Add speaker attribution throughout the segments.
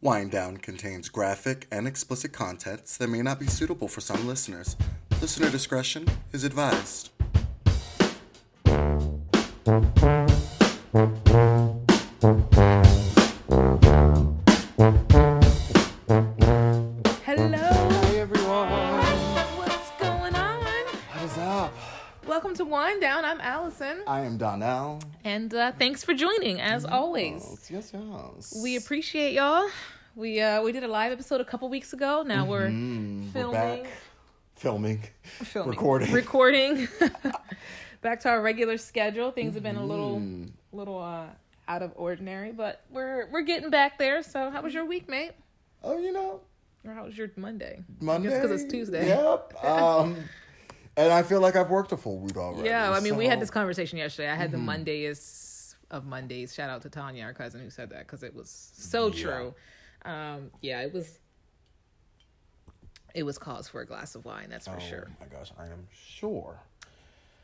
Speaker 1: Wind Down contains graphic and explicit contents that may not be suitable for some listeners. Listener discretion is advised.
Speaker 2: Hello,
Speaker 3: Hey everyone,
Speaker 2: what's going on?
Speaker 3: what is up?
Speaker 2: Welcome to Wind Down. I'm Allison,
Speaker 3: I am Donnell.
Speaker 2: and uh, thanks for joining as always.
Speaker 3: Yes, yes, yes.
Speaker 2: We appreciate y'all. We uh, we did a live episode a couple weeks ago. Now we're filming,
Speaker 3: Mm-hmm. We're back, filming,
Speaker 2: filming,
Speaker 3: recording.
Speaker 2: recording. back to our regular schedule. Things have been a little
Speaker 3: Mm-hmm.
Speaker 2: little uh, out of ordinary, but we're we're getting back there. So, how was your week, mate?
Speaker 3: oh, you know,
Speaker 2: Or how was your Monday?
Speaker 3: Monday.
Speaker 2: Just because it's Tuesday.
Speaker 3: Yep. Um, and I feel like I've worked a full week already.
Speaker 2: Yeah, I mean, we
Speaker 3: so-
Speaker 2: had
Speaker 3: Mm-hmm.
Speaker 2: this conversation yesterday. I had the Monday is of Mondays. Shout out to Tanya, our cousin, who said that because it was so true. Um, yeah, it was. It was cause for a glass of wine, that's for
Speaker 3: Oh
Speaker 2: sure.
Speaker 3: my gosh, I am sure.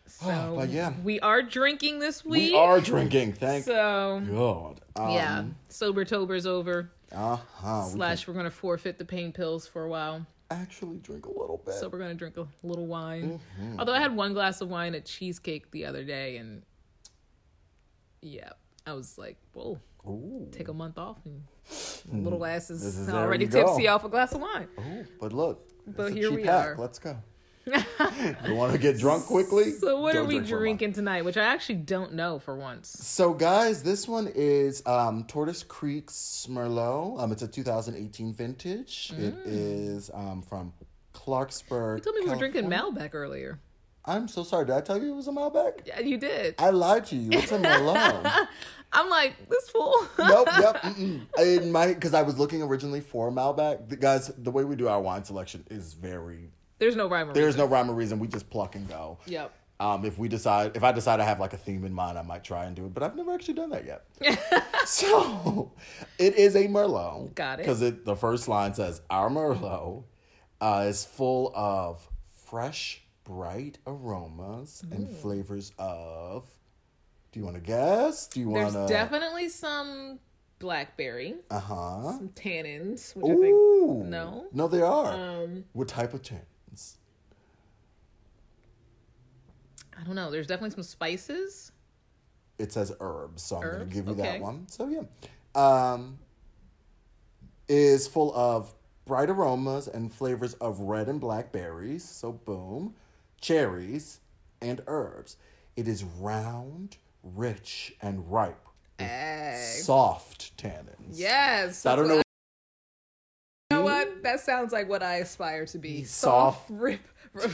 Speaker 2: So
Speaker 3: but yeah.
Speaker 2: we are drinking this
Speaker 3: We,
Speaker 2: week.
Speaker 3: are drinking. Thank
Speaker 2: so
Speaker 3: God. Um,
Speaker 2: yeah, sober tober's over.
Speaker 3: Uh huh. We
Speaker 2: Slash, we're gonna forfeit the pain pills for a while.
Speaker 3: can actually drink a little bit.
Speaker 2: So we're gonna drink a little wine.
Speaker 3: Mm-hmm.
Speaker 2: Although I had one glass of wine at cheesecake the other day, and yeah, I was like, whoa.
Speaker 3: Ooh.
Speaker 2: take a month off and little ass
Speaker 3: Mm. This
Speaker 2: is
Speaker 3: is- there
Speaker 2: already
Speaker 3: you go.
Speaker 2: tipsy off a glass of wine.
Speaker 3: Ooh, but look.
Speaker 2: But
Speaker 3: it's a
Speaker 2: here
Speaker 3: cheap
Speaker 2: we
Speaker 3: hack.
Speaker 2: are.
Speaker 3: Let's go. you want to get drunk quickly?
Speaker 2: So what
Speaker 3: Go
Speaker 2: are
Speaker 3: drink
Speaker 2: we
Speaker 3: for a month.
Speaker 2: drinking tonight? Which I actually don't know for once.
Speaker 3: So, guys, this one is um, Tortoise Creek's Merlot. Um, it's a 2018 vintage. It is um, from Clarksburg.
Speaker 2: Mm. You told me we were
Speaker 3: California.
Speaker 2: drinking Malbec earlier.
Speaker 3: I'm so sorry. Did I tell you it was a Malbec?
Speaker 2: Yeah, you did.
Speaker 3: I lied to you. It's a Merlot.
Speaker 2: I'm like this fool.
Speaker 3: nope, yep. Mm-mm. It might because I was looking originally for Malbec. The, guys, the way we do our wine selection is very.
Speaker 2: There's no rhyme or
Speaker 3: There's no rhyme or reason. We just pluck and go.
Speaker 2: reason. Yep.
Speaker 3: Um, if we decide, if I decide I have like a theme in mind, I might try and do it, but I've never actually done that yet. so it is a Merlot.
Speaker 2: Got it.
Speaker 3: Because it, the first line says, Our Merlot uh, is full of fresh, bright aromas and
Speaker 2: Mm.
Speaker 3: flavors of. Do you want to guess? Do you want
Speaker 2: There's
Speaker 3: to.
Speaker 2: definitely some blackberry,
Speaker 3: uh huh.
Speaker 2: some tannins, which I think
Speaker 3: Ooh.
Speaker 2: no. Um,
Speaker 3: No, they are. what type of tins?
Speaker 2: I don't know. There's definitely some spices.
Speaker 3: it says herbs, so I'm going
Speaker 2: Herbs,
Speaker 3: to give you
Speaker 2: okay.
Speaker 3: that one. So yeah, um, is full of bright aromas and flavors of red and black berries. So boom, cherries and herbs. It is round, rich, and ripe. with
Speaker 2: Ay.
Speaker 3: Soft tannins.
Speaker 2: Eh, Yes.
Speaker 3: So I don't know.
Speaker 2: You know what? That sounds like what I aspire to be.
Speaker 3: Soft.
Speaker 2: rip, rip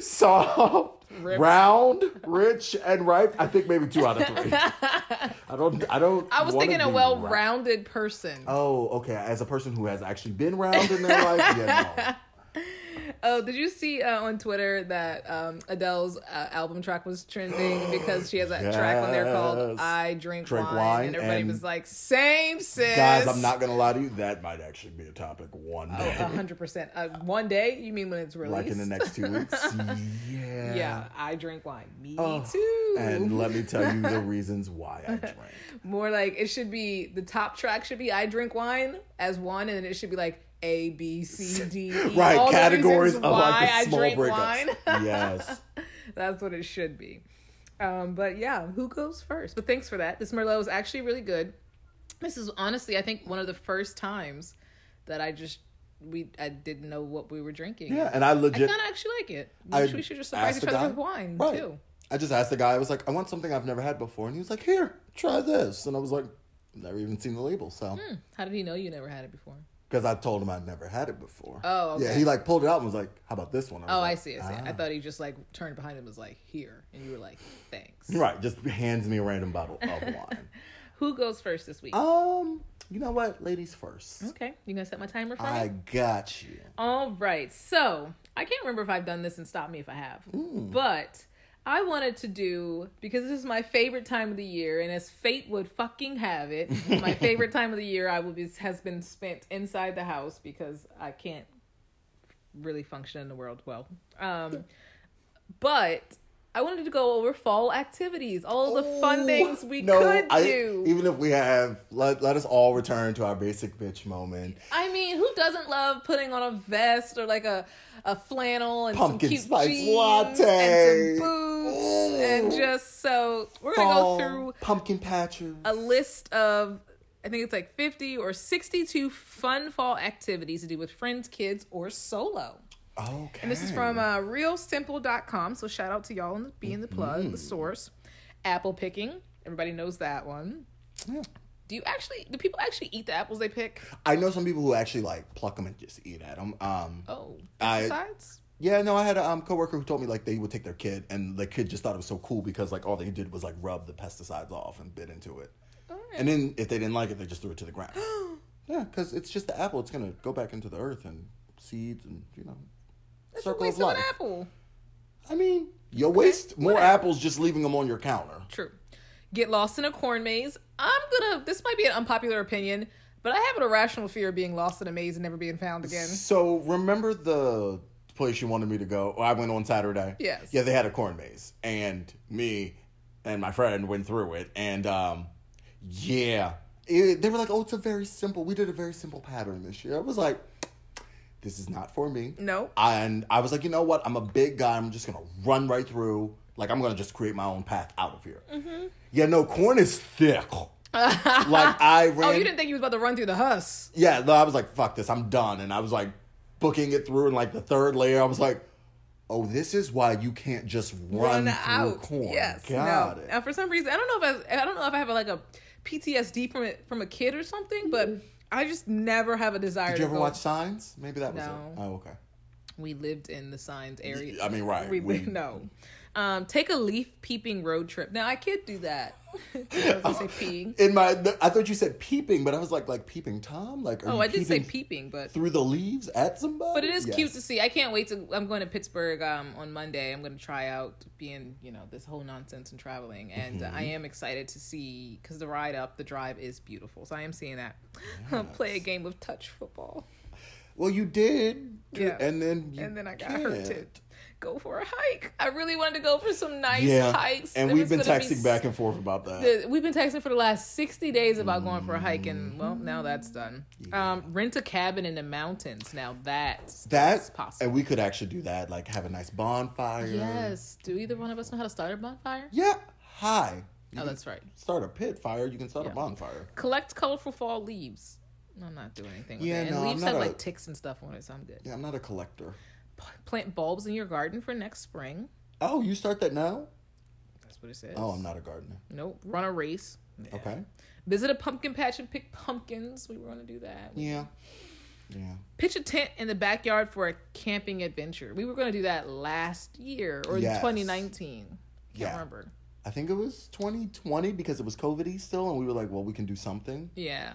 Speaker 3: Soft,
Speaker 2: Ripped.
Speaker 3: round, rich, and ripe. I think maybe two out of three. I don't. I don't.
Speaker 2: I was
Speaker 3: wanna
Speaker 2: thinking a
Speaker 3: be round.
Speaker 2: well-rounded person. Oh.
Speaker 3: Oh, okay. As a person who has actually been round in their life, yeah,
Speaker 2: did you see uh, on Twitter that um, Adele's uh, album track was trending because she has that track on there called
Speaker 3: Yes.
Speaker 2: "I Drink,
Speaker 3: Drink
Speaker 2: wine,
Speaker 3: Wine
Speaker 2: and everybody
Speaker 3: and-
Speaker 2: was like, "Same sis."
Speaker 3: no. Guys, I'm not gonna lie to you. That might actually be a topic one
Speaker 2: Oh,
Speaker 3: day,
Speaker 2: hundred percent. Uh, one day, you mean when it's released?
Speaker 3: like in the next two weeks. Yeah.
Speaker 2: Yeah, I drink wine. Me
Speaker 3: Oh,
Speaker 2: too.
Speaker 3: And let me tell you the reasons why I drank.
Speaker 2: More like it should be the top track should be "I Drink Wine" as one, and it should be like A B C D. E,
Speaker 3: Right,
Speaker 2: all the
Speaker 3: categories of
Speaker 2: reasons
Speaker 3: like
Speaker 2: why I
Speaker 3: the small
Speaker 2: drink
Speaker 3: breakups.
Speaker 2: wine.
Speaker 3: yes.
Speaker 2: That's what it should be. Um, but yeah, who goes first? But thanks for that. This Merlot is actually really good. This is honestly, I think, one of the first times that I just we I didn't know what we were drinking.
Speaker 3: Yeah, and I
Speaker 2: I
Speaker 3: legit
Speaker 2: kind of actually like it. We should, we should just surprise
Speaker 3: asked
Speaker 2: each
Speaker 3: the guy-
Speaker 2: other with wine
Speaker 3: Right.
Speaker 2: too.
Speaker 3: I just asked the guy. I was like, I want something I've never had before, and he was like, Here, try this, and I was like, Never even seen the label, so.
Speaker 2: How did he know you never had it before?
Speaker 3: Because I told him I'd never had it before.
Speaker 2: Oh, okay.
Speaker 3: Yeah, he like pulled it out and was like, "How about this one?" was
Speaker 2: Oh, I
Speaker 3: like,
Speaker 2: see. I see.
Speaker 3: Ah.
Speaker 2: I thought he just like turned behind him and was like, "Here," and you were like, "Thanks."
Speaker 3: Right, just hands me a random bottle of wine.
Speaker 2: Who goes first this week?
Speaker 3: Um, you know what? Ladies first.
Speaker 2: okay, you gonna set my timer for me?
Speaker 3: I got you.
Speaker 2: All right. So I can't remember if I've done this and stop me if I have. But I wanted to do, because this is my favorite time of the year, and as fate would fucking have it, my favorite time of the year I will be has been spent inside the house because I can't really function in the world well. Um but I wanted to go over fall activities, all the fun
Speaker 3: Ooh,
Speaker 2: things we
Speaker 3: no,
Speaker 2: could
Speaker 3: I-
Speaker 2: do.
Speaker 3: Even if we have, let, let us all return to our basic bitch moment.
Speaker 2: I mean, who doesn't love putting on a vest or like a a flannel and
Speaker 3: Pumpkin
Speaker 2: some cute
Speaker 3: spice
Speaker 2: jeans
Speaker 3: latte.
Speaker 2: and some boots
Speaker 3: Ooh.
Speaker 2: and just so we're gonna
Speaker 3: Fall,
Speaker 2: go through
Speaker 3: pumpkin patches.
Speaker 2: a list of I think it's like fifty or sixty-two fun fall activities to do with friends, kids, or solo.
Speaker 3: okay.
Speaker 2: And this is from uh, realsimple.com. So shout out to y'all and being the plug,
Speaker 3: Mm-hmm.
Speaker 2: the source. Apple picking. Everybody knows that one.
Speaker 3: Yeah.
Speaker 2: Do you actually, do people actually eat the apples they pick?
Speaker 3: I know some people who actually like pluck them and just eat at them. Um,
Speaker 2: Oh,
Speaker 3: I-
Speaker 2: besides?
Speaker 3: yeah, no, I had a um, coworker who told me like they would take their kid, and the kid just thought it was so cool because like all they did was like rub the pesticides off and bit into it, and then if they didn't like it, they just threw it to the ground. yeah, because it's just the apple; it's gonna go back into the earth and seeds and you know,
Speaker 2: That's a
Speaker 3: circle
Speaker 2: waste
Speaker 3: of
Speaker 2: of an
Speaker 3: life.
Speaker 2: apple.
Speaker 3: I mean, you waste more apples just leaving them on your counter.
Speaker 2: True. Get lost in a corn maze. I'm gonna, this might be an unpopular opinion, but I have an irrational fear of being lost in a maze and never being found again.
Speaker 3: So remember the place you wanted me to go? I went on Saturday.
Speaker 2: Yes.
Speaker 3: Yeah, they had a corn maze, and me and my friend went through it, and um, yeah, It- they were like, "Oh, it's a very simple. We did a very simple pattern this year." I was like, "This is not for me."
Speaker 2: No.
Speaker 3: And I was like, you know what? I'm a big guy. I'm just gonna run right through. Like I'm gonna just create my own path out of here.
Speaker 2: Mm-hmm.
Speaker 3: Yeah, no, corn is thick. like I ran.
Speaker 2: Oh, you didn't think he was about to run through the huss.
Speaker 3: Yeah, no, I was like, fuck this, I'm done. And I was like booking it through in like the third layer. I was like, oh, this is why you can't just run,
Speaker 2: run
Speaker 3: through
Speaker 2: out.
Speaker 3: corn.
Speaker 2: Yes,
Speaker 3: Got
Speaker 2: no.
Speaker 3: it.
Speaker 2: Now, for some reason, I don't know if I, I don't know if I have like a PTSD from it from a kid or something, but I just never have a desire.
Speaker 3: Mm-hmm. Did you
Speaker 2: to
Speaker 3: ever
Speaker 2: go.
Speaker 3: watch Signs? Maybe that was
Speaker 2: No.
Speaker 3: it. Oh, okay.
Speaker 2: We lived in the signs area.
Speaker 3: I mean, right,
Speaker 2: We,
Speaker 3: we-
Speaker 2: no. Um, take a leaf peeping road trip. Now I could do that. I was gonna say peeing.
Speaker 3: In my, I thought you said peeping, but I was like, like peeping Tom, like. Are
Speaker 2: Oh,
Speaker 3: you
Speaker 2: I did say
Speaker 3: peeping
Speaker 2: peeping, but
Speaker 3: through the leaves at somebody.
Speaker 2: But it is
Speaker 3: Yes.
Speaker 2: cute to see. I can't wait to. I'm going to Pittsburgh um, on Monday. I'm going to try out being, you know, this whole nonsense and traveling. And
Speaker 3: Mm-hmm.
Speaker 2: I am excited to see because the ride up, the drive is beautiful. So I am seeing that. Play a game of touch football.
Speaker 3: Well, you did,
Speaker 2: Yeah.
Speaker 3: and then you
Speaker 2: And then I got
Speaker 3: can't.
Speaker 2: hurted. Go for a hike. I really wanted to go for some nice
Speaker 3: Yeah,
Speaker 2: hikes.
Speaker 3: and
Speaker 2: There
Speaker 3: we've
Speaker 2: was
Speaker 3: been
Speaker 2: gonna be
Speaker 3: texting back and forth about that.
Speaker 2: the- we've been texting for the last 60 days about going for a hike and well now that's done um rent a cabin in the mountains now that's
Speaker 3: That's
Speaker 2: possible.
Speaker 3: And we could actually do that, like have a nice bonfire.
Speaker 2: yes do either one of us know how to start a bonfire
Speaker 3: Yeah. Hi. You
Speaker 2: Oh,
Speaker 3: can
Speaker 2: that's right.
Speaker 3: Start a pit fire. You can start a bonfire.
Speaker 2: Collect colorful fall leaves. I'm not doing anything with
Speaker 3: Yeah,
Speaker 2: it. And
Speaker 3: no, I'm
Speaker 2: leaves
Speaker 3: not
Speaker 2: have
Speaker 3: a-
Speaker 2: like ticks and stuff on it, so I'm good.
Speaker 3: Yeah, I'm not a collector.
Speaker 2: P- Plant bulbs in your garden for next spring.
Speaker 3: Oh, you start that now?
Speaker 2: That's what it says.
Speaker 3: Oh, I'm not a gardener.
Speaker 2: Nope. Run a race. Yeah.
Speaker 3: Okay.
Speaker 2: Visit a pumpkin patch and pick pumpkins. We were going to do that.
Speaker 3: Yeah. Yeah.
Speaker 2: Pitch a tent in the backyard for a camping adventure. We were going to do that last year or in
Speaker 3: Yes.
Speaker 2: 2019. Can't
Speaker 3: Yeah.
Speaker 2: remember.
Speaker 3: I think it was 2020 because it was COVID still, and we were like, well, we can do something.
Speaker 2: Yeah.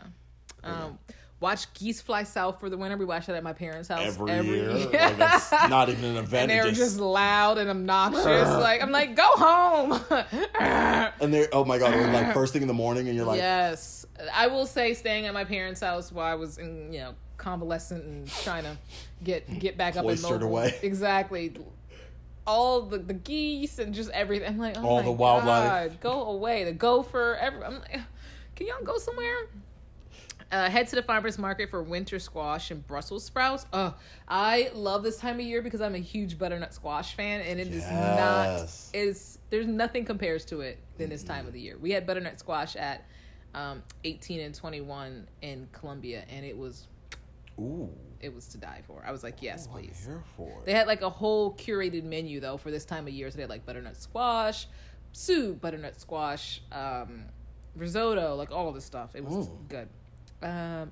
Speaker 3: Oh,
Speaker 2: Um, Watch geese fly south for the winter. We watched that at my parents' house
Speaker 3: Every,
Speaker 2: every,
Speaker 3: year.
Speaker 2: year.
Speaker 3: Like, that's not even an event.
Speaker 2: and
Speaker 3: it
Speaker 2: they were
Speaker 3: just- Uh.
Speaker 2: just loud and obnoxious. like I'm like, go home.
Speaker 3: and they're, oh my God, it was like first thing in the morning, and you're like,
Speaker 2: yes, I will say, staying at my parents' house while I was in, you know, convalescent and trying to get get back up and
Speaker 3: Cloistered
Speaker 2: mobile.
Speaker 3: away.
Speaker 2: Exactly. All the, the geese and just everything. I'm like, oh
Speaker 3: All
Speaker 2: my
Speaker 3: the wildlife.
Speaker 2: God, go away. The gopher. Every, I'm like, can y'all go somewhere? Uh, head to the farmers market for winter squash and Brussels sprouts. Oh, I love this time of year because I'm a huge butternut squash fan, and it is
Speaker 3: Yes.
Speaker 2: not is there's nothing compares to it than this time of the year. We had butternut squash at um, 18 and 21 in Columbia, and it was
Speaker 3: ooh,
Speaker 2: it was to die for. I was like, yes,
Speaker 3: I'm
Speaker 2: please.
Speaker 3: here for
Speaker 2: They
Speaker 3: it.
Speaker 2: had like a whole curated menu though for this time of year. So they had like butternut squash, soup, butternut squash, um, risotto, like all this stuff. It was
Speaker 3: Ooh.
Speaker 2: good. Um,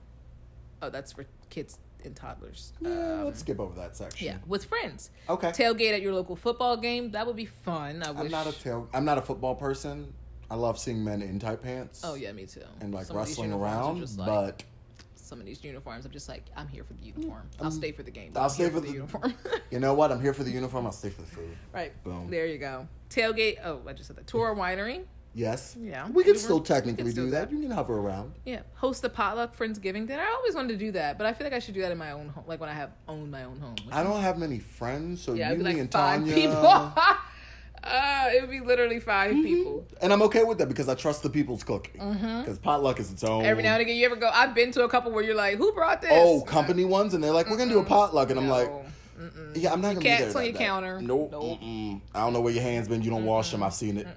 Speaker 2: oh, that's for kids and toddlers.
Speaker 3: Yeah,
Speaker 2: Um,
Speaker 3: let's skip over that section.
Speaker 2: yeah, with friends.
Speaker 3: Okay.
Speaker 2: Tailgate at your local football game. That would be fun. I wish.
Speaker 3: I'm not a tail. I'm not a football person. I love seeing men in tight pants.
Speaker 2: oh yeah, me too.
Speaker 3: and like
Speaker 2: Some of these
Speaker 3: wrestling
Speaker 2: uniforms are
Speaker 3: around,
Speaker 2: just like-
Speaker 3: but Mm,
Speaker 2: some of these uniforms, I'm just like, I'm here for the uniform. I'll stay for the game. but
Speaker 3: I'll
Speaker 2: I'm
Speaker 3: stay
Speaker 2: here
Speaker 3: for the-
Speaker 2: uniform.
Speaker 3: you know what? I'm here for the uniform. I'll stay for the food.
Speaker 2: right.
Speaker 3: Boom.
Speaker 2: There you go. Tailgate. Oh, I just said that. Tour a winery.
Speaker 3: Yes.
Speaker 2: Yeah.
Speaker 3: We could
Speaker 2: We
Speaker 3: still
Speaker 2: were- we could
Speaker 3: technically
Speaker 2: still
Speaker 3: do
Speaker 2: do
Speaker 3: that.
Speaker 2: that.
Speaker 3: You can hover around.
Speaker 2: Yeah, host a potluck Friendsgiving dinner. I always wanted to do that, but I feel like I should do that in my own home, like when I have owned my own home.
Speaker 3: I don't have many friends, so
Speaker 2: yeah,
Speaker 3: you,
Speaker 2: I'd be
Speaker 3: me,
Speaker 2: like
Speaker 3: and
Speaker 2: five
Speaker 3: Tanya.
Speaker 2: people. Uh, it would be literally 5
Speaker 3: Mm-hmm.
Speaker 2: people.
Speaker 3: And I'm okay with that because I trust the people's cooking. Because potluck is its own.
Speaker 2: Mm-hmm. Every now and again, you ever go? I've been to a couple where you're like, "Who brought this?"
Speaker 3: Oh, company ones, and they're like, "We're gonna do a potluck," and I'm like,
Speaker 2: No.
Speaker 3: "Yeah, I'm not gonna
Speaker 2: can't
Speaker 3: be there."
Speaker 2: clean
Speaker 3: that
Speaker 2: the
Speaker 3: day."
Speaker 2: counter.
Speaker 3: Nope.
Speaker 2: Nope.
Speaker 3: Mm-mm. I don't know where your hands been. You don't wash them. I've seen it.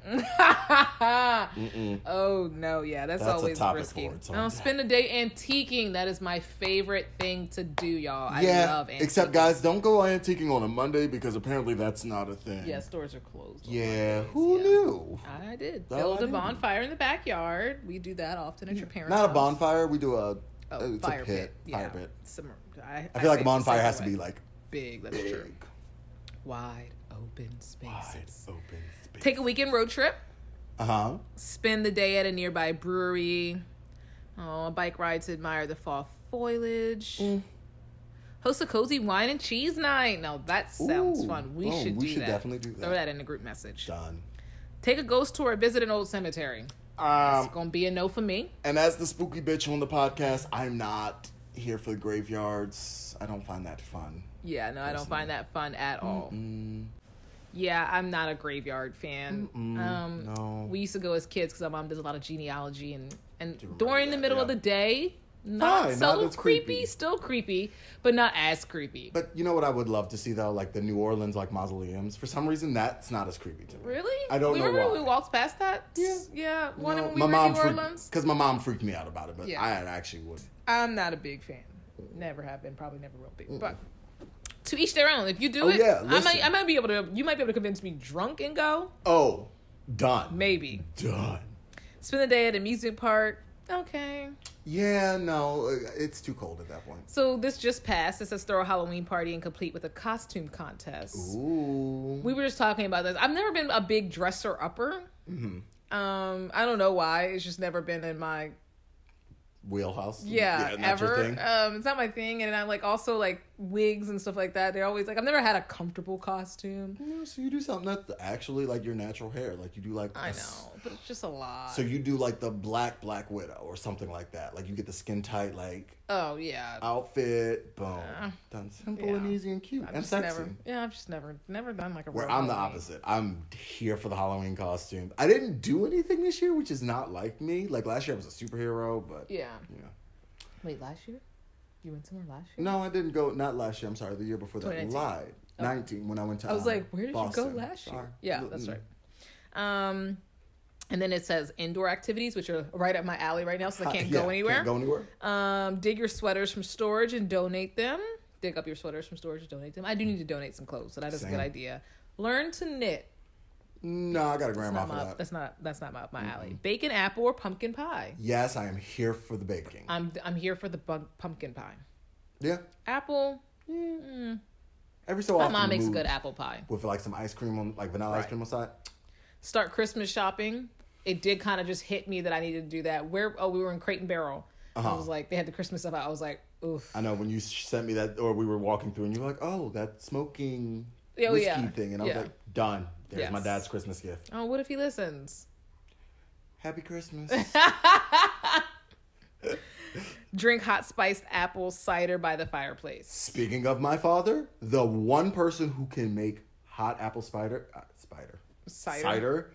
Speaker 2: Oh no, yeah, that's,
Speaker 3: That's a
Speaker 2: always
Speaker 3: topic
Speaker 2: risky.
Speaker 3: for its own
Speaker 2: I'll
Speaker 3: day.
Speaker 2: spend a day antiquing. That is my favorite thing to do, y'all. I
Speaker 3: yeah.
Speaker 2: love antiquing.
Speaker 3: Except guys, don't go antiquing on a Monday because apparently that's not a thing.
Speaker 2: yeah, stores are closed. on
Speaker 3: Yeah.
Speaker 2: Mondays,
Speaker 3: Who
Speaker 2: yeah.
Speaker 3: knew?
Speaker 2: I did
Speaker 3: No, I
Speaker 2: build a
Speaker 3: didn't.
Speaker 2: bonfire in the backyard. We do that often at your parents'
Speaker 3: Not a
Speaker 2: house.
Speaker 3: bonfire. We do a,
Speaker 2: Oh,
Speaker 3: it's
Speaker 2: fire
Speaker 3: a
Speaker 2: pit.
Speaker 3: pit.
Speaker 2: Yeah.
Speaker 3: Fire pit.
Speaker 2: Some- I,
Speaker 3: I feel like
Speaker 2: say
Speaker 3: a
Speaker 2: it's
Speaker 3: bonfire
Speaker 2: the
Speaker 3: has to
Speaker 2: same
Speaker 3: be
Speaker 2: way.
Speaker 3: like
Speaker 2: big. That's
Speaker 3: big,
Speaker 2: true. Wide open
Speaker 3: wide
Speaker 2: spaces.
Speaker 3: open space.
Speaker 2: Take a weekend road trip.
Speaker 3: Uh huh.
Speaker 2: Spend the day at a nearby brewery. Oh, bike ride to admire the fall foliage.
Speaker 3: Mm.
Speaker 2: Host a cozy wine and cheese night. Now that sounds
Speaker 3: Ooh.
Speaker 2: fun. We
Speaker 3: Oh,
Speaker 2: should
Speaker 3: we
Speaker 2: do
Speaker 3: should
Speaker 2: that.
Speaker 3: definitely do
Speaker 2: Throw
Speaker 3: that.
Speaker 2: that in the group message.
Speaker 3: Done.
Speaker 2: Take a ghost tour. Visit an old cemetery.
Speaker 3: Um,
Speaker 2: It's gonna be a no for me.
Speaker 3: and as the spooky bitch on the podcast, I'm not here for the graveyards. I don't find that fun.
Speaker 2: Yeah, no, I don't find that fun at all.
Speaker 3: Mm,
Speaker 2: Yeah, I'm not a graveyard fan. Um,
Speaker 3: no.
Speaker 2: We used to go as kids because my mom does a lot of genealogy and and
Speaker 3: remember
Speaker 2: during the
Speaker 3: that,
Speaker 2: middle of
Speaker 3: yeah.
Speaker 2: the day, not
Speaker 3: Fine,
Speaker 2: so
Speaker 3: not as
Speaker 2: creepy,
Speaker 3: creepy.
Speaker 2: still creepy, but not as creepy.
Speaker 3: But you know what I would love to see though, like the New Orleans like mausoleums. For some reason, that's not as creepy to me.
Speaker 2: really,
Speaker 3: I don't
Speaker 2: we
Speaker 3: know
Speaker 2: Remember
Speaker 3: why.
Speaker 2: when we walked past that?
Speaker 3: Yeah.
Speaker 2: yeah. One when we
Speaker 3: my
Speaker 2: were
Speaker 3: mom
Speaker 2: in New Orleans.
Speaker 3: freaked because my mom freaked me out about it, but
Speaker 2: Yeah.
Speaker 3: I actually would.
Speaker 2: I'm not a big fan. Never have been. Probably never will be. But to each their own. If you do
Speaker 3: Oh,
Speaker 2: it,
Speaker 3: yeah,
Speaker 2: I might.
Speaker 3: listen.
Speaker 2: I might be able to. You might be able to convince me drunk and go.
Speaker 3: Oh, done.
Speaker 2: Maybe
Speaker 3: Done.
Speaker 2: spend the day at an amusement park. Okay.
Speaker 3: Yeah, no, uh, it's too cold at that point.
Speaker 2: So this just passed. It's a thorough Halloween party and complete with a costume contest.
Speaker 3: Ooh.
Speaker 2: We were just talking about this. I've never been a big dresser upper.
Speaker 3: Mm-hmm.
Speaker 2: Um, I don't know why. It's just never been in my
Speaker 3: Wheelhouse.
Speaker 2: yeah,
Speaker 3: not
Speaker 2: ever.
Speaker 3: Your thing.
Speaker 2: Um, it's not my thing. And I'm like also like wigs and stuff like that. They're always like I've never had a comfortable costume.
Speaker 3: No, so you do something that's actually like your natural hair. Like you do like
Speaker 2: I
Speaker 3: a
Speaker 2: know,
Speaker 3: s-
Speaker 2: but it's just a lot.
Speaker 3: So you do like the black black widow or something like that. Like you get the skin tight like
Speaker 2: oh yeah.
Speaker 3: Uh, outfit, boom, done simple and
Speaker 2: Uh, yeah.
Speaker 3: easy and cute
Speaker 2: I've
Speaker 3: and
Speaker 2: just
Speaker 3: sexy.
Speaker 2: never yeah, I've just never never done like a
Speaker 3: Where
Speaker 2: real
Speaker 3: I'm the
Speaker 2: Halloween.
Speaker 3: opposite. I'm here for the Halloween costume. I didn't do anything this year, which is not like me. Like last year, I was a superhero, but
Speaker 2: Yeah.
Speaker 3: yeah.
Speaker 2: Wait, last year? You went somewhere last year?
Speaker 3: No, I didn't go. Not last year. I'm sorry. The year before that.
Speaker 2: 2019.
Speaker 3: Lied. Nineteen when I went to.
Speaker 2: Oh. I was
Speaker 3: um,
Speaker 2: like, where did you
Speaker 3: Boston.
Speaker 2: go last year?
Speaker 3: Sorry. Mm-hmm.
Speaker 2: Yeah, that's
Speaker 3: Mm-mm.
Speaker 2: right. Um, and then it says indoor activities, which are right up my alley right now, so I can't
Speaker 3: Uh, Yeah,
Speaker 2: go anywhere.
Speaker 3: Can't go anywhere.
Speaker 2: Um, dig your sweaters from storage and donate them. Dig up your sweaters from storage and donate them. I do need to donate some clothes, so that is a
Speaker 3: Same.
Speaker 2: good idea. Learn to knit.
Speaker 3: No, I got a grandma
Speaker 2: Not
Speaker 3: for
Speaker 2: my-
Speaker 3: that.
Speaker 2: that's not that's not my, up my alley. Bacon, apple, or pumpkin pie.
Speaker 3: Yes, I am here for the baking.
Speaker 2: I'm I'm here for the bun- pumpkin pie.
Speaker 3: yeah.
Speaker 2: Apple.
Speaker 3: Every so
Speaker 2: My
Speaker 3: often.
Speaker 2: mom makes a
Speaker 3: move
Speaker 2: good apple pie.
Speaker 3: With like some ice cream on, like vanilla ice
Speaker 2: Right.
Speaker 3: cream on side.
Speaker 2: start Christmas shopping, it did kind of just hit me that I needed to do that. Where oh, we were in Crate and Barrel. I was like, they had the Christmas stuff. out. I was like, oof.
Speaker 3: Uh-huh. I know when you sh- sent me that, or we were walking through, and you were like, "Oh, that smoking
Speaker 2: Oh,
Speaker 3: whiskey
Speaker 2: yeah.
Speaker 3: thing," and I
Speaker 2: Yeah.
Speaker 3: was like, "Done. There's my
Speaker 2: Yes.
Speaker 3: dad's Christmas gift.
Speaker 2: Oh, what if he listens?
Speaker 3: Happy Christmas."
Speaker 2: Drink hot spiced apple cider by the fireplace.
Speaker 3: Speaking of my father, the one person who can make hot apple spider, uh, spider,
Speaker 2: Cider?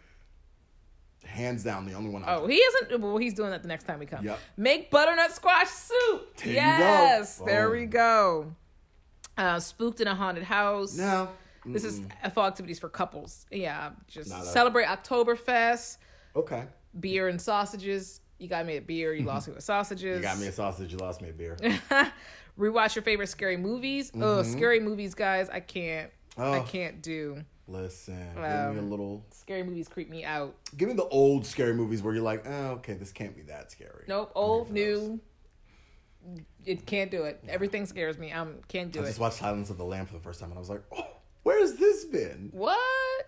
Speaker 3: hands down, the only one. I
Speaker 2: Oh, he isn't. Well, he's doing that the next time we come.
Speaker 3: Yep.
Speaker 2: Make butternut squash soup.
Speaker 3: you go.
Speaker 2: yes, there
Speaker 3: Boom.
Speaker 2: we go. Uh, spooked in a haunted house.
Speaker 3: No.
Speaker 2: This is fall activities for couples. Yeah, just
Speaker 3: Not a-
Speaker 2: celebrate Oktoberfest.
Speaker 3: Okay.
Speaker 2: beer and sausages. You got me a beer, you lost me with sausages.
Speaker 3: Mm-hmm. You got me a sausage. You lost me a beer.
Speaker 2: Rewatch your favorite scary movies. Oh,
Speaker 3: Mm-hmm.
Speaker 2: scary movies, guys. I can't. I
Speaker 3: Oh.
Speaker 2: can't do.
Speaker 3: Listen, give me a
Speaker 2: Um,
Speaker 3: little.
Speaker 2: Scary movies creep me out.
Speaker 3: Give me the old scary movies where you're like, oh, okay, this can't be that scary.
Speaker 2: Nope. Old, new. It can't do it. Everything scares me. I can't do
Speaker 3: I
Speaker 2: it.
Speaker 3: just watched Silence of the Lamb for the first time, and I was like, oh, where's this been?
Speaker 2: What?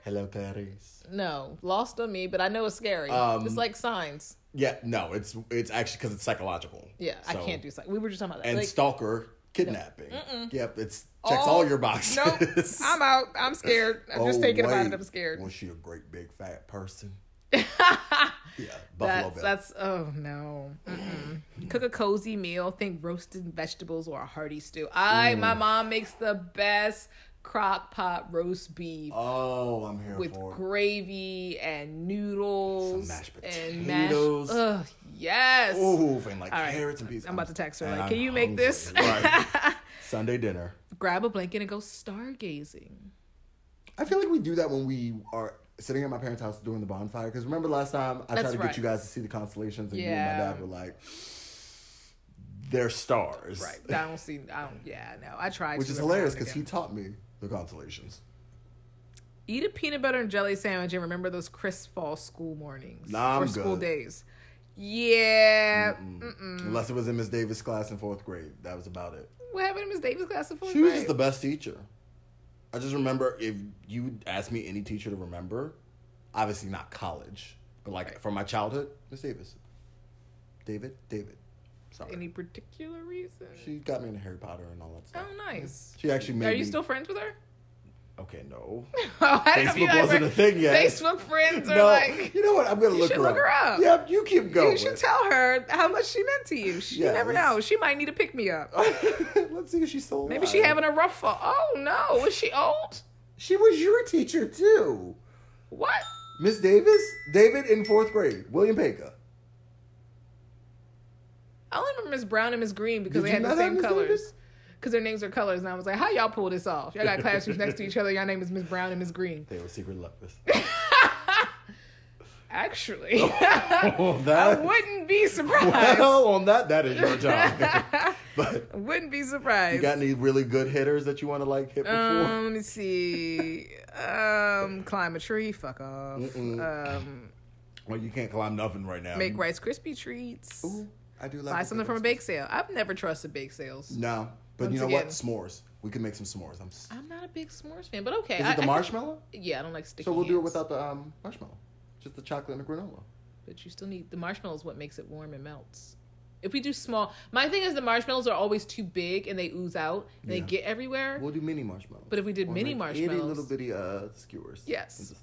Speaker 3: Hello, Paris.
Speaker 2: No, lost on me, but I know it's scary.
Speaker 3: Um,
Speaker 2: it's like signs.
Speaker 3: Yeah, no, it's it's actually because it's psychological.
Speaker 2: Yeah, I
Speaker 3: So-
Speaker 2: can't do signs. We were just talking about that.
Speaker 3: and
Speaker 2: Like,
Speaker 3: stalker kidnapping. Yep, it's checks
Speaker 2: All-
Speaker 3: all, your boxes.
Speaker 2: nope, I'm out. I'm scared. I'm just
Speaker 3: Oh,
Speaker 2: thinking about it.
Speaker 3: wait.
Speaker 2: I'm scared.
Speaker 3: Was she a great big fat person? yeah, Buffalo
Speaker 2: That's
Speaker 3: Bill.
Speaker 2: that's oh no. Mm-mm. Cook a
Speaker 3: Mm.
Speaker 2: cozy meal. Think roasted vegetables or a hearty stew. I my mom makes the best crock pot roast beef
Speaker 3: Oh, I'm here
Speaker 2: with
Speaker 3: for it.
Speaker 2: gravy and noodles
Speaker 3: Some mashed
Speaker 2: and
Speaker 3: potatoes.
Speaker 2: mashed. Ugh, yes.
Speaker 3: Ooh, and like
Speaker 2: All right.
Speaker 3: carrots and peas.
Speaker 2: I'm about to text her.
Speaker 3: and
Speaker 2: Like,
Speaker 3: I'm
Speaker 2: can you make
Speaker 3: hungry."
Speaker 2: this?
Speaker 3: Right. Sunday dinner.
Speaker 2: Grab a blanket and go stargazing.
Speaker 3: I feel like we do that when we are sitting at my parents' house doing the bonfire. Because remember last time I tried
Speaker 2: That's
Speaker 3: to
Speaker 2: right.
Speaker 3: get you guys to see the constellations, and you
Speaker 2: Yeah.
Speaker 3: and my dad were like, "They're stars,"
Speaker 2: Right. I don't see. I don't. Yeah. No. I tried.
Speaker 3: Which
Speaker 2: to
Speaker 3: is
Speaker 2: every now
Speaker 3: hilarious
Speaker 2: and
Speaker 3: because
Speaker 2: again.
Speaker 3: he taught me the constellations.
Speaker 2: eat a peanut butter and jelly sandwich and remember those crisp fall school mornings
Speaker 3: Nah, I'm
Speaker 2: or school
Speaker 3: good.
Speaker 2: days. Yeah.
Speaker 3: Unless it was in Miss Davis' class in fourth grade, that was about it.
Speaker 2: What happened to Miss Davis class in fourth
Speaker 3: She was
Speaker 2: grade?
Speaker 3: just the best teacher. I just remember if you asked me any teacher to remember, obviously not college, but like from my childhood, Miss Davis. David, David. Sorry.
Speaker 2: Any particular reason?
Speaker 3: she got me into Harry Potter and all that
Speaker 2: oh,
Speaker 3: stuff.
Speaker 2: nice.
Speaker 3: She actually made
Speaker 2: Are you
Speaker 3: me-
Speaker 2: still friends with her?
Speaker 3: Okay, no.
Speaker 2: Oh, I didn't know if
Speaker 3: Facebook
Speaker 2: you guys
Speaker 3: wasn't
Speaker 2: were-
Speaker 3: a thing yet.
Speaker 2: Facebook friends are
Speaker 3: no.
Speaker 2: like.
Speaker 3: you know what? I'm gonna
Speaker 2: You
Speaker 3: look,
Speaker 2: should
Speaker 3: her,
Speaker 2: look
Speaker 3: up.
Speaker 2: her up.
Speaker 3: Yep, you keep going.
Speaker 2: You should tell her how much she meant to you. She,
Speaker 3: Yeah, Oh,
Speaker 2: you never
Speaker 3: let's-
Speaker 2: know. She might need to pick me up.
Speaker 3: Let's see if she's still alive.
Speaker 2: Maybe she having a rough fall. Oh no, was she old?
Speaker 3: She was your teacher too.
Speaker 2: What?
Speaker 3: Miss Davis? David in fourth grade. William Paca.
Speaker 2: I only remember Miss Brown and Miss Green because
Speaker 3: Did
Speaker 2: they
Speaker 3: you
Speaker 2: had the
Speaker 3: not have
Speaker 2: same
Speaker 3: Miss
Speaker 2: colors.
Speaker 3: Davis?
Speaker 2: Because their names are colors, and I was like, "How y'all pull this off? Y'all got classrooms next to each other. Y'all name is Miss Brown and Miss Green."
Speaker 3: They were secret lovers.
Speaker 2: Actually,
Speaker 3: oh,
Speaker 2: I
Speaker 3: that.
Speaker 2: wouldn't be surprised.
Speaker 3: Well, on that, that is your job. but
Speaker 2: wouldn't be surprised.
Speaker 3: you got any really good hitters that you want to like hit before?
Speaker 2: um, let me see. Um, climb a tree. Fuck off. Um,
Speaker 3: well, you can't climb nothing right now.
Speaker 2: make Rice Krispie treats.
Speaker 3: Ooh, I do like
Speaker 2: Buy
Speaker 3: the
Speaker 2: something from a
Speaker 3: cookies.
Speaker 2: bake sale. I've never trusted bake sales.
Speaker 3: No, but
Speaker 2: Once
Speaker 3: you know
Speaker 2: again.
Speaker 3: what? S'mores. We can make some s'mores. I'm. s-
Speaker 2: I'm not a big s'mores fan, but okay.
Speaker 3: Is
Speaker 2: I-
Speaker 3: it the
Speaker 2: I-
Speaker 3: marshmallow?
Speaker 2: yeah, I don't like sticky.
Speaker 3: So we'll do it
Speaker 2: hands.
Speaker 3: without the um, marshmallow, just the chocolate and the granola.
Speaker 2: But you still need the marshmallow is what makes it warm and melts. If we do small, my thing is the marshmallows are always too big and they ooze out. And They
Speaker 3: Yeah.
Speaker 2: get everywhere.
Speaker 3: We'll do mini marshmallows.
Speaker 2: But if we did
Speaker 3: Or
Speaker 2: mini
Speaker 3: like itty
Speaker 2: marshmallows-
Speaker 3: little bitty uh, skewers.
Speaker 2: Yes.
Speaker 3: And just-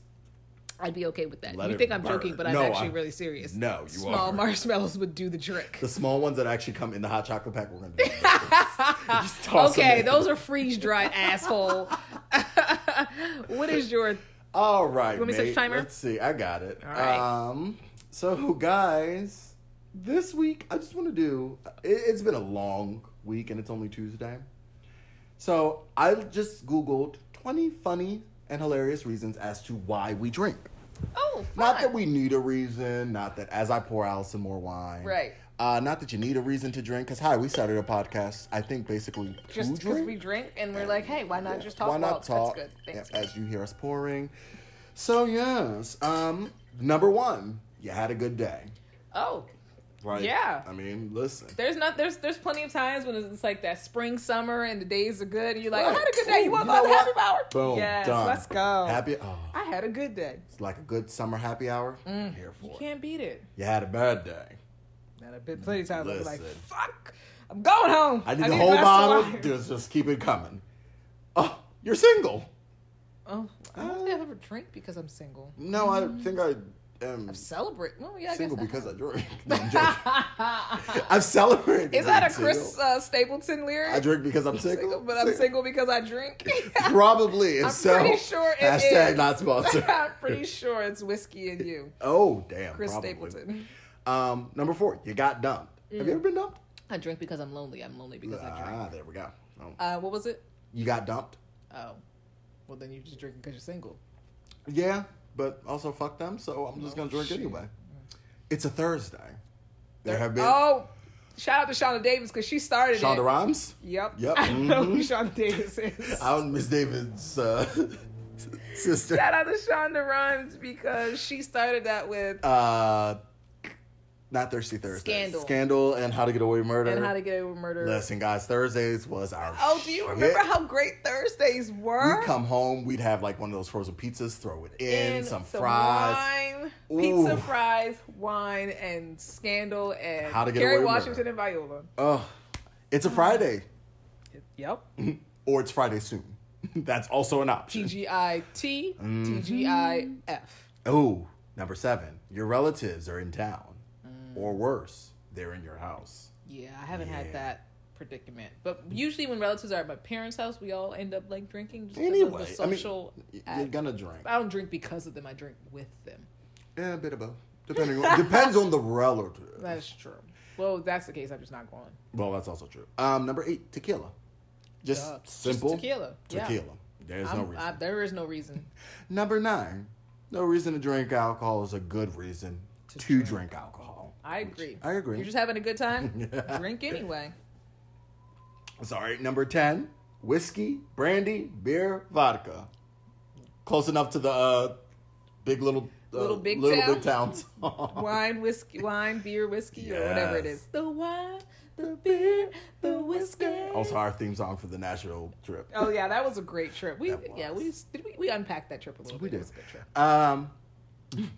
Speaker 2: I'd be okay with that.
Speaker 3: Let
Speaker 2: you
Speaker 3: it
Speaker 2: think I'm
Speaker 3: burn.
Speaker 2: joking, but I'm
Speaker 3: No,
Speaker 2: actually
Speaker 3: I-
Speaker 2: really serious.
Speaker 3: No, you
Speaker 2: small
Speaker 3: are.
Speaker 2: marshmallows would do the trick.
Speaker 3: the small ones that actually come in the hot chocolate pack, we're gonna do. Just toss them
Speaker 2: okay,
Speaker 3: in.
Speaker 2: those are freeze dried, asshole. what is your?
Speaker 3: All right.
Speaker 2: want me to set the
Speaker 3: mate.
Speaker 2: timer?
Speaker 3: Let's see. I got it.
Speaker 2: All right.
Speaker 3: Um, so, guys, this week, I just want to do it, it's been a long week and it's only Tuesday. So, I just Googled 20 funny and hilarious reasons as to why we drink.
Speaker 2: Oh, fun.
Speaker 3: Not that we need a reason, not that as I pour Allison more wine.
Speaker 2: Right.
Speaker 3: Uh, not that you need a reason to drink, because, hi, we started a podcast, I think, basically
Speaker 2: just
Speaker 3: to
Speaker 2: because
Speaker 3: drink.
Speaker 2: we drink and we're like, hey, why not
Speaker 3: Yeah,
Speaker 2: just talk?
Speaker 3: Why not
Speaker 2: about it?
Speaker 3: talk?
Speaker 2: That's good. Thanks.
Speaker 3: yeah, As you hear us pouring. So yes, um, number one, you had a good day,
Speaker 2: Oh,
Speaker 3: right?
Speaker 2: Yeah.
Speaker 3: I mean, listen.
Speaker 2: There's not there's there's plenty of times when it's like that spring summer and the days are good and you're like
Speaker 3: Right.
Speaker 2: I had a good day. You
Speaker 3: Ooh,
Speaker 2: want
Speaker 3: you
Speaker 2: about
Speaker 3: know
Speaker 2: happy
Speaker 3: what?
Speaker 2: hour?
Speaker 3: Boom.
Speaker 2: Yes,
Speaker 3: done.
Speaker 2: let's go.
Speaker 3: Happy. Oh,
Speaker 2: I had a good day.
Speaker 3: it's like a good summer happy hour. Here for
Speaker 2: Mm. You
Speaker 3: it.
Speaker 2: can't beat it.
Speaker 3: You had a bad day.
Speaker 2: And I've been plenty of times I'm like
Speaker 3: Listen.
Speaker 2: fuck. I'm going home.
Speaker 3: I need
Speaker 2: a
Speaker 3: the whole
Speaker 2: glass of
Speaker 3: bottle.
Speaker 2: wine.
Speaker 3: Just, just keep it coming. Oh, you're single.
Speaker 2: Oh, I don't think I've ever drink because I'm single.
Speaker 3: No, I think I am
Speaker 2: Celebrate. Well, yeah, Mm. I
Speaker 3: single
Speaker 2: guess
Speaker 3: because I drink. No, I'm joking. I'm celebrating.
Speaker 2: Is that
Speaker 3: being
Speaker 2: a Chris
Speaker 3: single.
Speaker 2: uh, Stapleton lyric?
Speaker 3: I drink because I'm single,
Speaker 2: Single, but I'm single because I drink.
Speaker 3: Probably. If
Speaker 2: I'm
Speaker 3: so,
Speaker 2: pretty sure it
Speaker 3: hashtag
Speaker 2: is.
Speaker 3: not sponsored.
Speaker 2: I'm pretty sure it's whiskey and you,
Speaker 3: oh damn,
Speaker 2: Chris
Speaker 3: probably.
Speaker 2: Stapleton.
Speaker 3: Um, number four, you got dumped. Have you ever been dumped?
Speaker 2: I drink because I'm lonely. I'm lonely because I drink.
Speaker 3: Ah, there we go. Oh.
Speaker 2: Uh, what was it?
Speaker 3: You got dumped.
Speaker 2: Oh, well then you're just drinking because you're single.
Speaker 3: Yeah, but also fuck them. So I'm just
Speaker 2: Oh,
Speaker 3: gonna drink anyway. It's a Thursday. There have been
Speaker 2: Oh, shout out to Shonda Davis because she started it.
Speaker 3: Shonda Rhimes
Speaker 2: Yep.
Speaker 3: Yep.
Speaker 2: I know
Speaker 3: Mhm.
Speaker 2: who Shonda Davis is.
Speaker 3: out in Miss David's uh, sister.
Speaker 2: shout out to Shonda Rhimes because she started that with
Speaker 3: Uh, not Thirsty Thursday.
Speaker 2: Scandal.
Speaker 3: Scandal, and How to Get Away with Murder.
Speaker 2: and How to Get Away with Murder.
Speaker 3: Listen, guys, Thursdays was our.
Speaker 2: Oh, do you remember
Speaker 3: shit.
Speaker 2: how great Thursdays were?
Speaker 3: We'd come home, we'd have like one of those frozen pizzas, throw it in,
Speaker 2: And
Speaker 3: some, fries.
Speaker 2: wine, pizza
Speaker 3: Ooh.
Speaker 2: fries, wine, and scandal, and
Speaker 3: How to Get
Speaker 2: Kerry
Speaker 3: Away with
Speaker 2: Washington and Viola.
Speaker 3: Ugh. It's a Friday,
Speaker 2: Yep.
Speaker 3: or it's Friday soon. That's also an option.
Speaker 2: TGIT,
Speaker 3: Mm-hmm.
Speaker 2: TGIF.
Speaker 3: Oh, number seven, your relatives are in town, or worse, they're in your house.
Speaker 2: Yeah, I haven't had
Speaker 3: Yeah.
Speaker 2: that predicament. But usually, when relatives are at my parents' house, we all end up like drinking. Just 'cause of the
Speaker 3: Anyway, I mean,
Speaker 2: social.
Speaker 3: You're
Speaker 2: act.
Speaker 3: gonna drink.
Speaker 2: I don't drink because of them. I drink with them.
Speaker 3: Yeah, a bit of both. Depending on, depends on the relative.
Speaker 2: That's true. Well, if that's the case. I'm just not going.
Speaker 3: Well, that's also true. Um, number eight, tequila. Just
Speaker 2: Duh. Just
Speaker 3: simple
Speaker 2: tequila. Yeah.
Speaker 3: Tequila. There's
Speaker 2: I'm,
Speaker 3: no reason.
Speaker 2: I, there is no reason.
Speaker 3: number nine, no reason to drink alcohol is a good reason to,
Speaker 2: To
Speaker 3: drink.
Speaker 2: drink.
Speaker 3: alcohol.
Speaker 2: I agree.
Speaker 3: I agree.
Speaker 2: You're just having a good time. Drink anyway.
Speaker 3: Sorry. Number ten, whiskey, brandy, beer, vodka. Close enough to the uh, big little uh,
Speaker 2: Little Big
Speaker 3: little
Speaker 2: Town?
Speaker 3: big town. song.
Speaker 2: Wine, whiskey, wine, beer, whiskey, or whatever it
Speaker 3: Yes.
Speaker 2: is. The wine, the beer, the whiskey.
Speaker 3: also, our theme song for the Nashville trip.
Speaker 2: Oh yeah, that was a great trip. We
Speaker 3: That
Speaker 2: yeah we did we, we unpacked that trip a little
Speaker 3: We
Speaker 2: bit. It
Speaker 3: did.
Speaker 2: was a good trip.
Speaker 3: Um,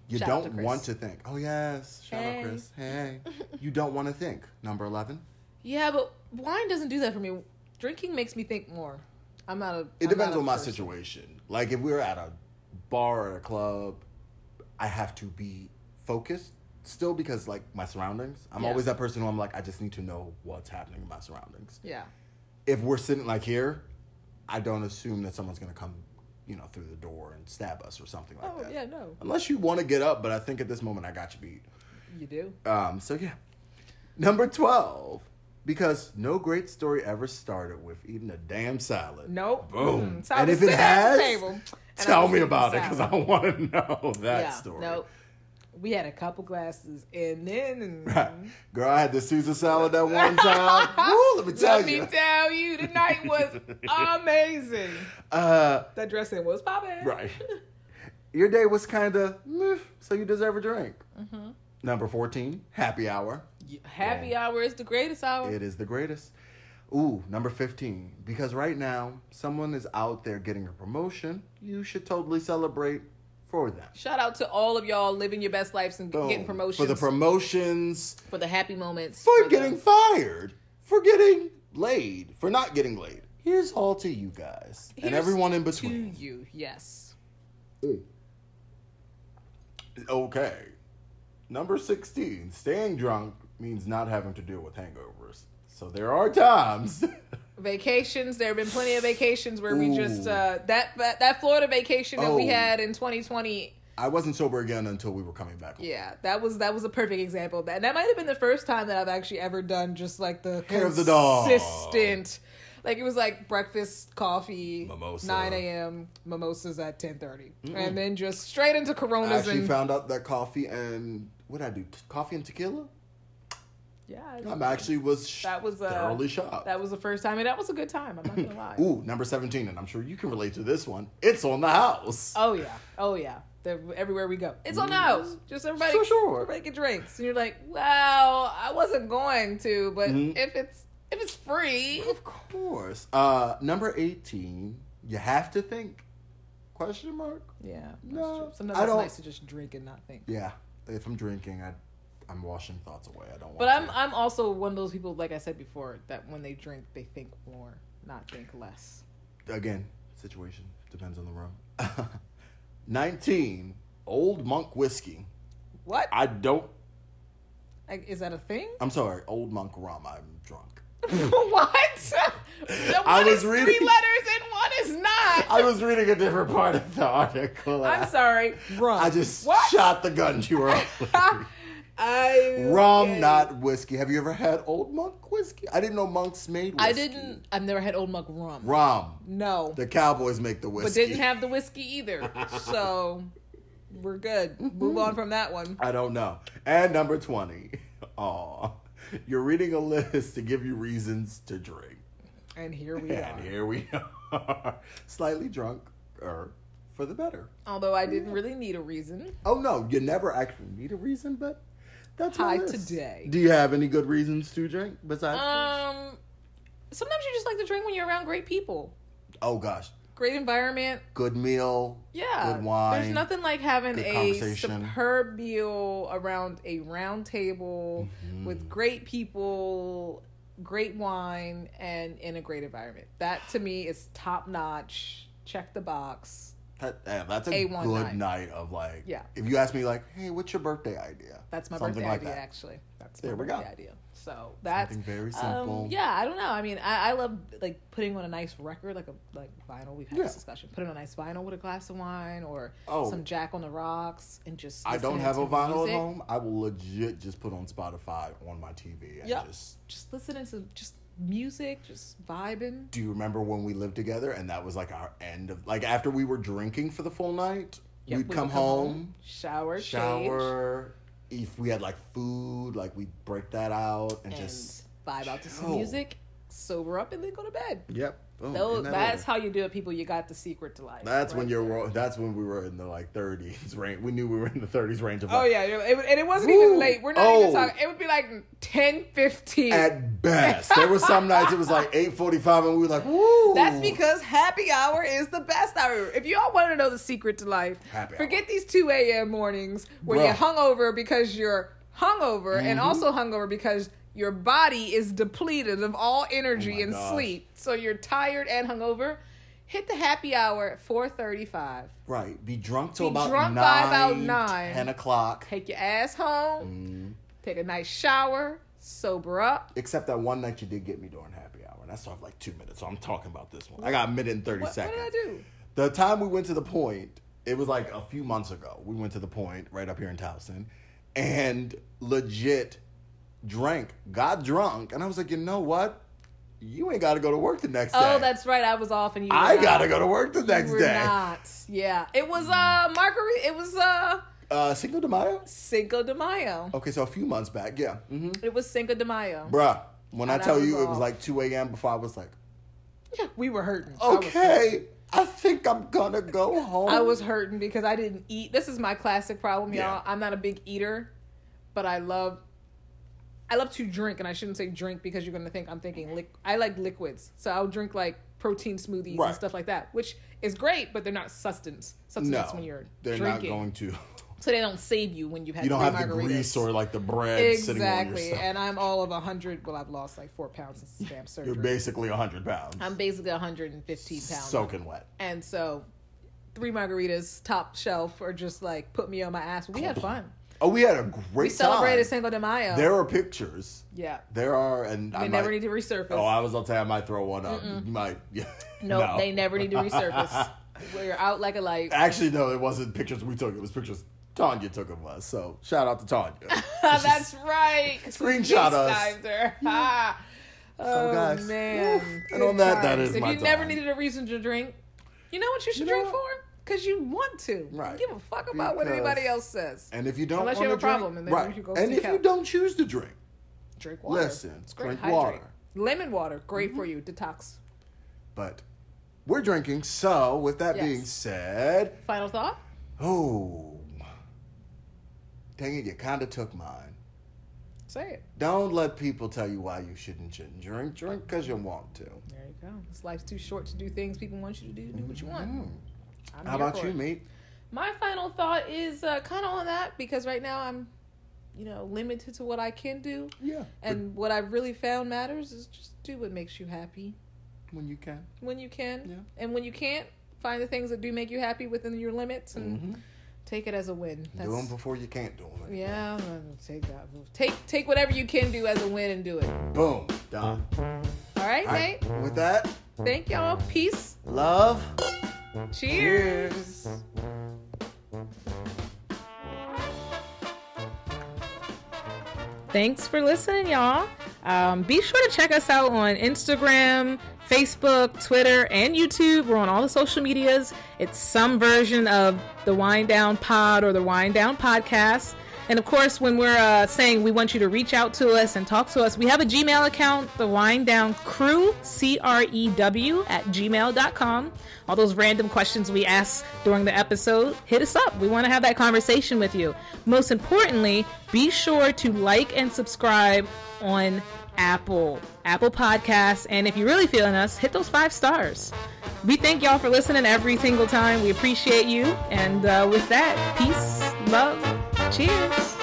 Speaker 3: you
Speaker 2: Shout out to
Speaker 3: don't
Speaker 2: Chris.
Speaker 3: want to think. Oh yes, shout out
Speaker 2: Hey.
Speaker 3: Chris. Hey, you don't want to think. Number eleven.
Speaker 2: Yeah, but wine doesn't do that for me. Drinking makes me think more. I'm not a.
Speaker 3: It
Speaker 2: I'm
Speaker 3: depends
Speaker 2: not a
Speaker 3: on my
Speaker 2: person.
Speaker 3: situation. Like if we're at a bar or a club, I have to be focused still because like my surroundings. I'm
Speaker 2: Yeah.
Speaker 3: always that person who I'm like I just need to know what's happening in my surroundings.
Speaker 2: Yeah.
Speaker 3: If we're sitting like here, I don't assume that someone's gonna come, you know, through the door and stab us or something like
Speaker 2: Oh
Speaker 3: that.
Speaker 2: yeah, no,
Speaker 3: Unless you want to get up, but I think at this moment I got you beat.
Speaker 2: you do.
Speaker 3: Um, so yeah. Number twelve. Because no great story ever started with eating a damn salad.
Speaker 2: Nope. Mm,
Speaker 3: Boom.
Speaker 2: Mm-mm. Mm-hmm. So I
Speaker 3: and
Speaker 2: was
Speaker 3: if it
Speaker 2: sitting at
Speaker 3: has,
Speaker 2: the table, and I
Speaker 3: tell
Speaker 2: was
Speaker 3: me
Speaker 2: eating
Speaker 3: about it
Speaker 2: salad.
Speaker 3: because I want to know that
Speaker 2: yeah,
Speaker 3: story.
Speaker 2: Nope. We had a couple glasses, and then
Speaker 3: Girl, I had the Caesar salad that one time. Woo, let me tell
Speaker 2: let
Speaker 3: you.
Speaker 2: me tell you, the night was amazing.
Speaker 3: uh,
Speaker 2: That dressing was popping.
Speaker 3: right. Your day was kind of, so you deserve a drink.
Speaker 2: Mm-hmm.
Speaker 3: Number 14, happy hour.
Speaker 2: Happy hour is the greatest hour.
Speaker 3: It is the greatest. Ooh, number 15. Because right now, someone is out there getting a promotion. You should totally celebrate for that.
Speaker 2: Shout out to all of y'all living your best lives and getting promotions
Speaker 3: Oh, For the promotions,
Speaker 2: for the happy moments.
Speaker 3: for
Speaker 2: the-
Speaker 3: getting fired, for getting laid, for not getting laid. Here's all to you guys and
Speaker 2: Here's
Speaker 3: everyone in
Speaker 2: to
Speaker 3: between.
Speaker 2: you, yes.
Speaker 3: Okay. Number 16, staying drunk means not having to deal with hangovers. So there are times.
Speaker 2: Vacations. There have been plenty of vacations where we just
Speaker 3: Ooh.
Speaker 2: uh, that that that Florida vacation that we
Speaker 3: Oh.
Speaker 2: had in 2020.
Speaker 3: I wasn't sober again until we were coming back. home.
Speaker 2: Yeah, that was that was a perfect example of that. And that might have been the first time that I've actually ever done just like the
Speaker 3: Hair of the dog.
Speaker 2: consistent. Like it was like breakfast, coffee,
Speaker 3: Mimosa.
Speaker 2: 9 a.m. mimosas at 10:30, and then just straight into
Speaker 3: I
Speaker 2: Coronas
Speaker 3: actually
Speaker 2: and
Speaker 3: found out that coffee and what did I do? T- coffee and tequila?
Speaker 2: yeah.
Speaker 3: I am actually was sh-
Speaker 2: That was uh,
Speaker 3: thoroughly shocked.
Speaker 2: That was the first time, and that was a good time. I'm not gonna lie.
Speaker 3: Ooh, number 17, and I'm sure you can relate to this one. It's on the house.
Speaker 2: Oh yeah, oh yeah. They're, everywhere we go, it's on
Speaker 3: Mm-hmm.
Speaker 2: the house. Just everybody,
Speaker 3: For sure.
Speaker 2: everybody get drinks, and you're like, wow, I wasn't going to, but
Speaker 3: Mm-hmm.
Speaker 2: if it's if it's free,
Speaker 3: Of course. Uh, number eighteen. You have to think. Question mark.
Speaker 2: yeah, that's
Speaker 3: No,
Speaker 2: true.
Speaker 3: I
Speaker 2: Sometimes it's
Speaker 3: don't-
Speaker 2: nice to just drink and not think.
Speaker 3: Yeah. If I'm drinking, I, I'm washing thoughts away. I don't. Want
Speaker 2: But I'm
Speaker 3: to.
Speaker 2: I'm also one of those people, like I said before, that when they drink, they think more, not think less.
Speaker 3: again. Situation depends on the room. Nineteen. Old monk whiskey.
Speaker 2: What
Speaker 3: I don't.
Speaker 2: Like, is that a thing?
Speaker 3: I'm sorry. Old monk rum. I'm drunk.
Speaker 2: what? The one
Speaker 3: I was
Speaker 2: is
Speaker 3: reading-
Speaker 2: three letters and one is not.
Speaker 3: I was reading a different part of the article.
Speaker 2: I'm sorry. Rum.
Speaker 3: I just
Speaker 2: What?
Speaker 3: shot the gun to her.
Speaker 2: I
Speaker 3: Rum,
Speaker 2: okay.
Speaker 3: not whiskey. Have you ever had Old Monk whiskey? I didn't know monks made whiskey.
Speaker 2: I didn't. I've never had Old Monk rum.
Speaker 3: Rum.
Speaker 2: No,
Speaker 3: The Cowboys make the whiskey.
Speaker 2: but didn't have the whiskey either. So we're good.
Speaker 3: Mm-hmm.
Speaker 2: Move on from that one.
Speaker 3: I don't know. And number 20. Aw. You're reading a list to give you reasons to drink.
Speaker 2: And here we are.
Speaker 3: And here we are. Slightly drunk, or for the better.
Speaker 2: Although I didn't really need a reason.
Speaker 3: Oh, no. You never actually need a reason, but that's
Speaker 2: Hi
Speaker 3: my list.
Speaker 2: today.
Speaker 3: Do you have any good reasons to drink besides?
Speaker 2: Um, sometimes you just like to drink when you're around great people,
Speaker 3: oh, gosh.
Speaker 2: great environment.
Speaker 3: Good meal.
Speaker 2: Yeah,
Speaker 3: Good wine.
Speaker 2: There's nothing like having
Speaker 3: good
Speaker 2: a
Speaker 3: conversation.
Speaker 2: superb meal around a round table
Speaker 3: Mm-hmm.
Speaker 2: with great people, great wine, and in a great environment. That to me is top notch. Check the box.
Speaker 3: That, yeah, that's a
Speaker 2: A1
Speaker 3: good night.
Speaker 2: night.
Speaker 3: of like.
Speaker 2: Yeah.
Speaker 3: If you ask me, like, hey, what's your birthday idea?
Speaker 2: That's my
Speaker 3: Something
Speaker 2: birthday
Speaker 3: like
Speaker 2: idea,
Speaker 3: that.
Speaker 2: actually. That's my
Speaker 3: There we
Speaker 2: birthday
Speaker 3: go.
Speaker 2: idea. So that's
Speaker 3: Something very
Speaker 2: um,
Speaker 3: simple.
Speaker 2: yeah, I don't know. I mean, I, I love like putting on a nice record, like a like vinyl. We've had
Speaker 3: Yeah.
Speaker 2: this discussion. Putting on a nice vinyl with a glass of wine or
Speaker 3: Oh.
Speaker 2: some Jack on the Rocks and just.
Speaker 3: I don't
Speaker 2: listening
Speaker 3: have a
Speaker 2: to
Speaker 3: vinyl
Speaker 2: music.
Speaker 3: at home. I will legit just put on Spotify on my TV. And
Speaker 2: Yep.
Speaker 3: just
Speaker 2: Just listening to just music, just vibing.
Speaker 3: do you remember when we lived together and that was like our end of like after we were drinking for the full night,
Speaker 2: Yep,
Speaker 3: we'd
Speaker 2: we
Speaker 3: come,
Speaker 2: would
Speaker 3: home,
Speaker 2: shower, shower,
Speaker 3: shower. If we had like food, like we'd break that out and,
Speaker 2: and
Speaker 3: just
Speaker 2: vibe out to some
Speaker 3: chill.
Speaker 2: music, sober up, and then go to bed.
Speaker 3: yep. boom,
Speaker 2: Tho-
Speaker 3: in that
Speaker 2: that's
Speaker 3: order.
Speaker 2: how you do it, people. You got the secret to life.
Speaker 3: That's when
Speaker 2: right
Speaker 3: you're.
Speaker 2: there.
Speaker 3: wo- That's when we were in the like 30s range. We knew we were in the 30s range of.
Speaker 2: Oh
Speaker 3: like,
Speaker 2: yeah, it, it- and it wasn't
Speaker 3: Ooh,
Speaker 2: even late. We're not even
Speaker 3: oh.
Speaker 2: talking. It would be like 10, 15.
Speaker 3: At best, there were some nights it was like 8:45, and we were like, "Woo!"
Speaker 2: That's because happy hour is the best hour. If y'all want to know the secret to life,
Speaker 3: Happy
Speaker 2: forget these 2 a.m. mornings where
Speaker 3: Bruh. Mm-hmm.
Speaker 2: you're hungover because you're hungover and also hungover because your body is depleted of all
Speaker 3: Oh
Speaker 2: energy
Speaker 3: my
Speaker 2: and
Speaker 3: gosh.
Speaker 2: sleep. So you're tired and hungover. Hit the happy hour at 4.35.
Speaker 3: Right. Be drunk till
Speaker 2: Be
Speaker 3: about
Speaker 2: drunk
Speaker 3: nine,
Speaker 2: by about nine.
Speaker 3: 10 o'clock.
Speaker 2: Take your ass
Speaker 3: Mm-hmm.
Speaker 2: home. Take a nice shower. Sober up.
Speaker 3: Except that one night you did get me during happy hour. And that's off like two minutes. So I'm talking about this one. I got a minute and 30
Speaker 2: What, what
Speaker 3: seconds.
Speaker 2: did I do?
Speaker 3: The time we went to the point, it was like a few months ago. We went to the point right up here in Towson and legit drank, got drunk. And I was like, you know what? You ain't got to go to work the next day.
Speaker 2: Oh, that's right. I was off and you were
Speaker 3: I
Speaker 2: not.
Speaker 3: got to go to work the next
Speaker 2: You were
Speaker 3: day.
Speaker 2: not. Yeah. It was uh margarita it was uh
Speaker 3: Uh, Cinco de Mayo?
Speaker 2: Cinco de Mayo.
Speaker 3: Okay, so a few months back. Yeah. hmm
Speaker 2: It was Cinco de Mayo.
Speaker 3: Bruh, when I
Speaker 2: And I
Speaker 3: tell
Speaker 2: Mm-hmm. Oh, was
Speaker 3: you it was
Speaker 2: off.
Speaker 3: like 2 a.m. before, I was like,
Speaker 2: Yeah, we were hurting. I was hurting.
Speaker 3: okay, I think I'm gonna go home.
Speaker 2: I was hurting because I didn't eat. This is my classic problem, y'all.
Speaker 3: Yeah.
Speaker 2: I'm not a big eater, but I love I love to drink and I shouldn't say drink because you're going to think I'm thinking liq I like liquids. So I'll drink like protein smoothies
Speaker 3: Right.
Speaker 2: and stuff like that, which is great, but they're not sustenance. Substance when you're
Speaker 3: they're
Speaker 2: drinking.
Speaker 3: not going to.
Speaker 2: so they don't save you when you've had
Speaker 3: You don't
Speaker 2: three
Speaker 3: have the
Speaker 2: margaritas.
Speaker 3: grease or like the bread sitting on your
Speaker 2: Exactly,
Speaker 3: stuff.
Speaker 2: and I'm all of a hundred. Well, I've lost like four pounds since the damn surgery.
Speaker 3: You're basically 100 pounds,
Speaker 2: I'm basically 115 pounds,
Speaker 3: soaking wet.
Speaker 2: and so three margaritas, top shelf, or just like put me on my ass. We had fun.
Speaker 3: Oh, we had a great
Speaker 2: We celebrated
Speaker 3: time.
Speaker 2: Cinco de Mayo.
Speaker 3: There are pictures.
Speaker 2: yeah,
Speaker 3: There are, and I
Speaker 2: they never
Speaker 3: might-
Speaker 2: need to resurface.
Speaker 3: Oh, I was gonna say I might throw one up. You might. Yeah.
Speaker 2: no, they never need to resurface. We're out like a light.
Speaker 3: Actually, no, it wasn't pictures we took. It was pictures Tanya took of us. So shout out to Tanya.
Speaker 2: That's right. 'cause we
Speaker 3: Screenshot us.
Speaker 2: FaceTimed her. Ha.
Speaker 3: So,
Speaker 2: oh
Speaker 3: guys,
Speaker 2: man!
Speaker 3: woof. And
Speaker 2: Good
Speaker 3: on that, that is
Speaker 2: If
Speaker 3: my
Speaker 2: you never
Speaker 3: time.
Speaker 2: needed a reason to drink, you know what you should
Speaker 3: You know
Speaker 2: drink
Speaker 3: what?
Speaker 2: for? Because you want to.
Speaker 3: Right.
Speaker 2: Give a fuck about what
Speaker 3: Because-
Speaker 2: anybody else says.
Speaker 3: And if you don't,
Speaker 2: Unless you have
Speaker 3: wanna
Speaker 2: a problem,
Speaker 3: drink-
Speaker 2: and then
Speaker 3: right.
Speaker 2: you go
Speaker 3: and
Speaker 2: seek
Speaker 3: if you
Speaker 2: help.
Speaker 3: don't choose to drink,
Speaker 2: drink water.
Speaker 3: Listen,
Speaker 2: It's great.
Speaker 3: drink
Speaker 2: Hydrate.
Speaker 3: water.
Speaker 2: Lemon water, great for
Speaker 3: Mm-hmm.
Speaker 2: you. Detox.
Speaker 3: but we're drinking. So with that
Speaker 2: Yes.
Speaker 3: being said,
Speaker 2: Final thought.
Speaker 3: oh, dang it, you kind of took mine.
Speaker 2: Say it.
Speaker 3: Don't let people tell you why you shouldn't, shouldn't drink. Drink because you want to.
Speaker 2: There you go. This life's too short to do things people want you to do. Do what you want.
Speaker 3: Mm.
Speaker 2: I'm
Speaker 3: How
Speaker 2: here
Speaker 3: about
Speaker 2: for
Speaker 3: you,
Speaker 2: it.
Speaker 3: mate?
Speaker 2: My final thought is uh, kind of on that because right now I'm, you know, limited to what I can do.
Speaker 3: Yeah.
Speaker 2: And what I've really found matters is just do what makes you happy
Speaker 3: when you can.
Speaker 2: when you can.
Speaker 3: Yeah.
Speaker 2: And when you can't, find the things that do make you happy within your limits and take it as a win. Mm-hmm.
Speaker 3: Mm-hmm.
Speaker 2: That's,
Speaker 3: Do them before you can't do them.
Speaker 2: yeah, I'm gonna take that. Take take whatever you can do as a win and do it.
Speaker 3: Boom. Done.
Speaker 2: All right,
Speaker 3: All right.
Speaker 2: Nate.
Speaker 3: With that,
Speaker 2: Thank y'all. Peace.
Speaker 3: love.
Speaker 2: Cheers. Thanks for listening, y'all. Um, be sure to check us out on Instagram, Facebook, Twitter, and YouTube. We're on all the social medias. It's some version of the Wind Down Pod or the Wind Down Podcast. And of course, when we're uh, saying we want you to reach out to us and talk to us, we have a Gmail account, the Wind Down Crew, C R E W, at gmail.com. All those random questions we ask during the episode, hit us up. We want to have that conversation with you. Most importantly, be sure to like and subscribe on Apple, Apple Podcasts. And if you're really feeling us, hit those five stars. We thank y'all for listening every single time. We appreciate you. And uh, with that, peace, love, cheers.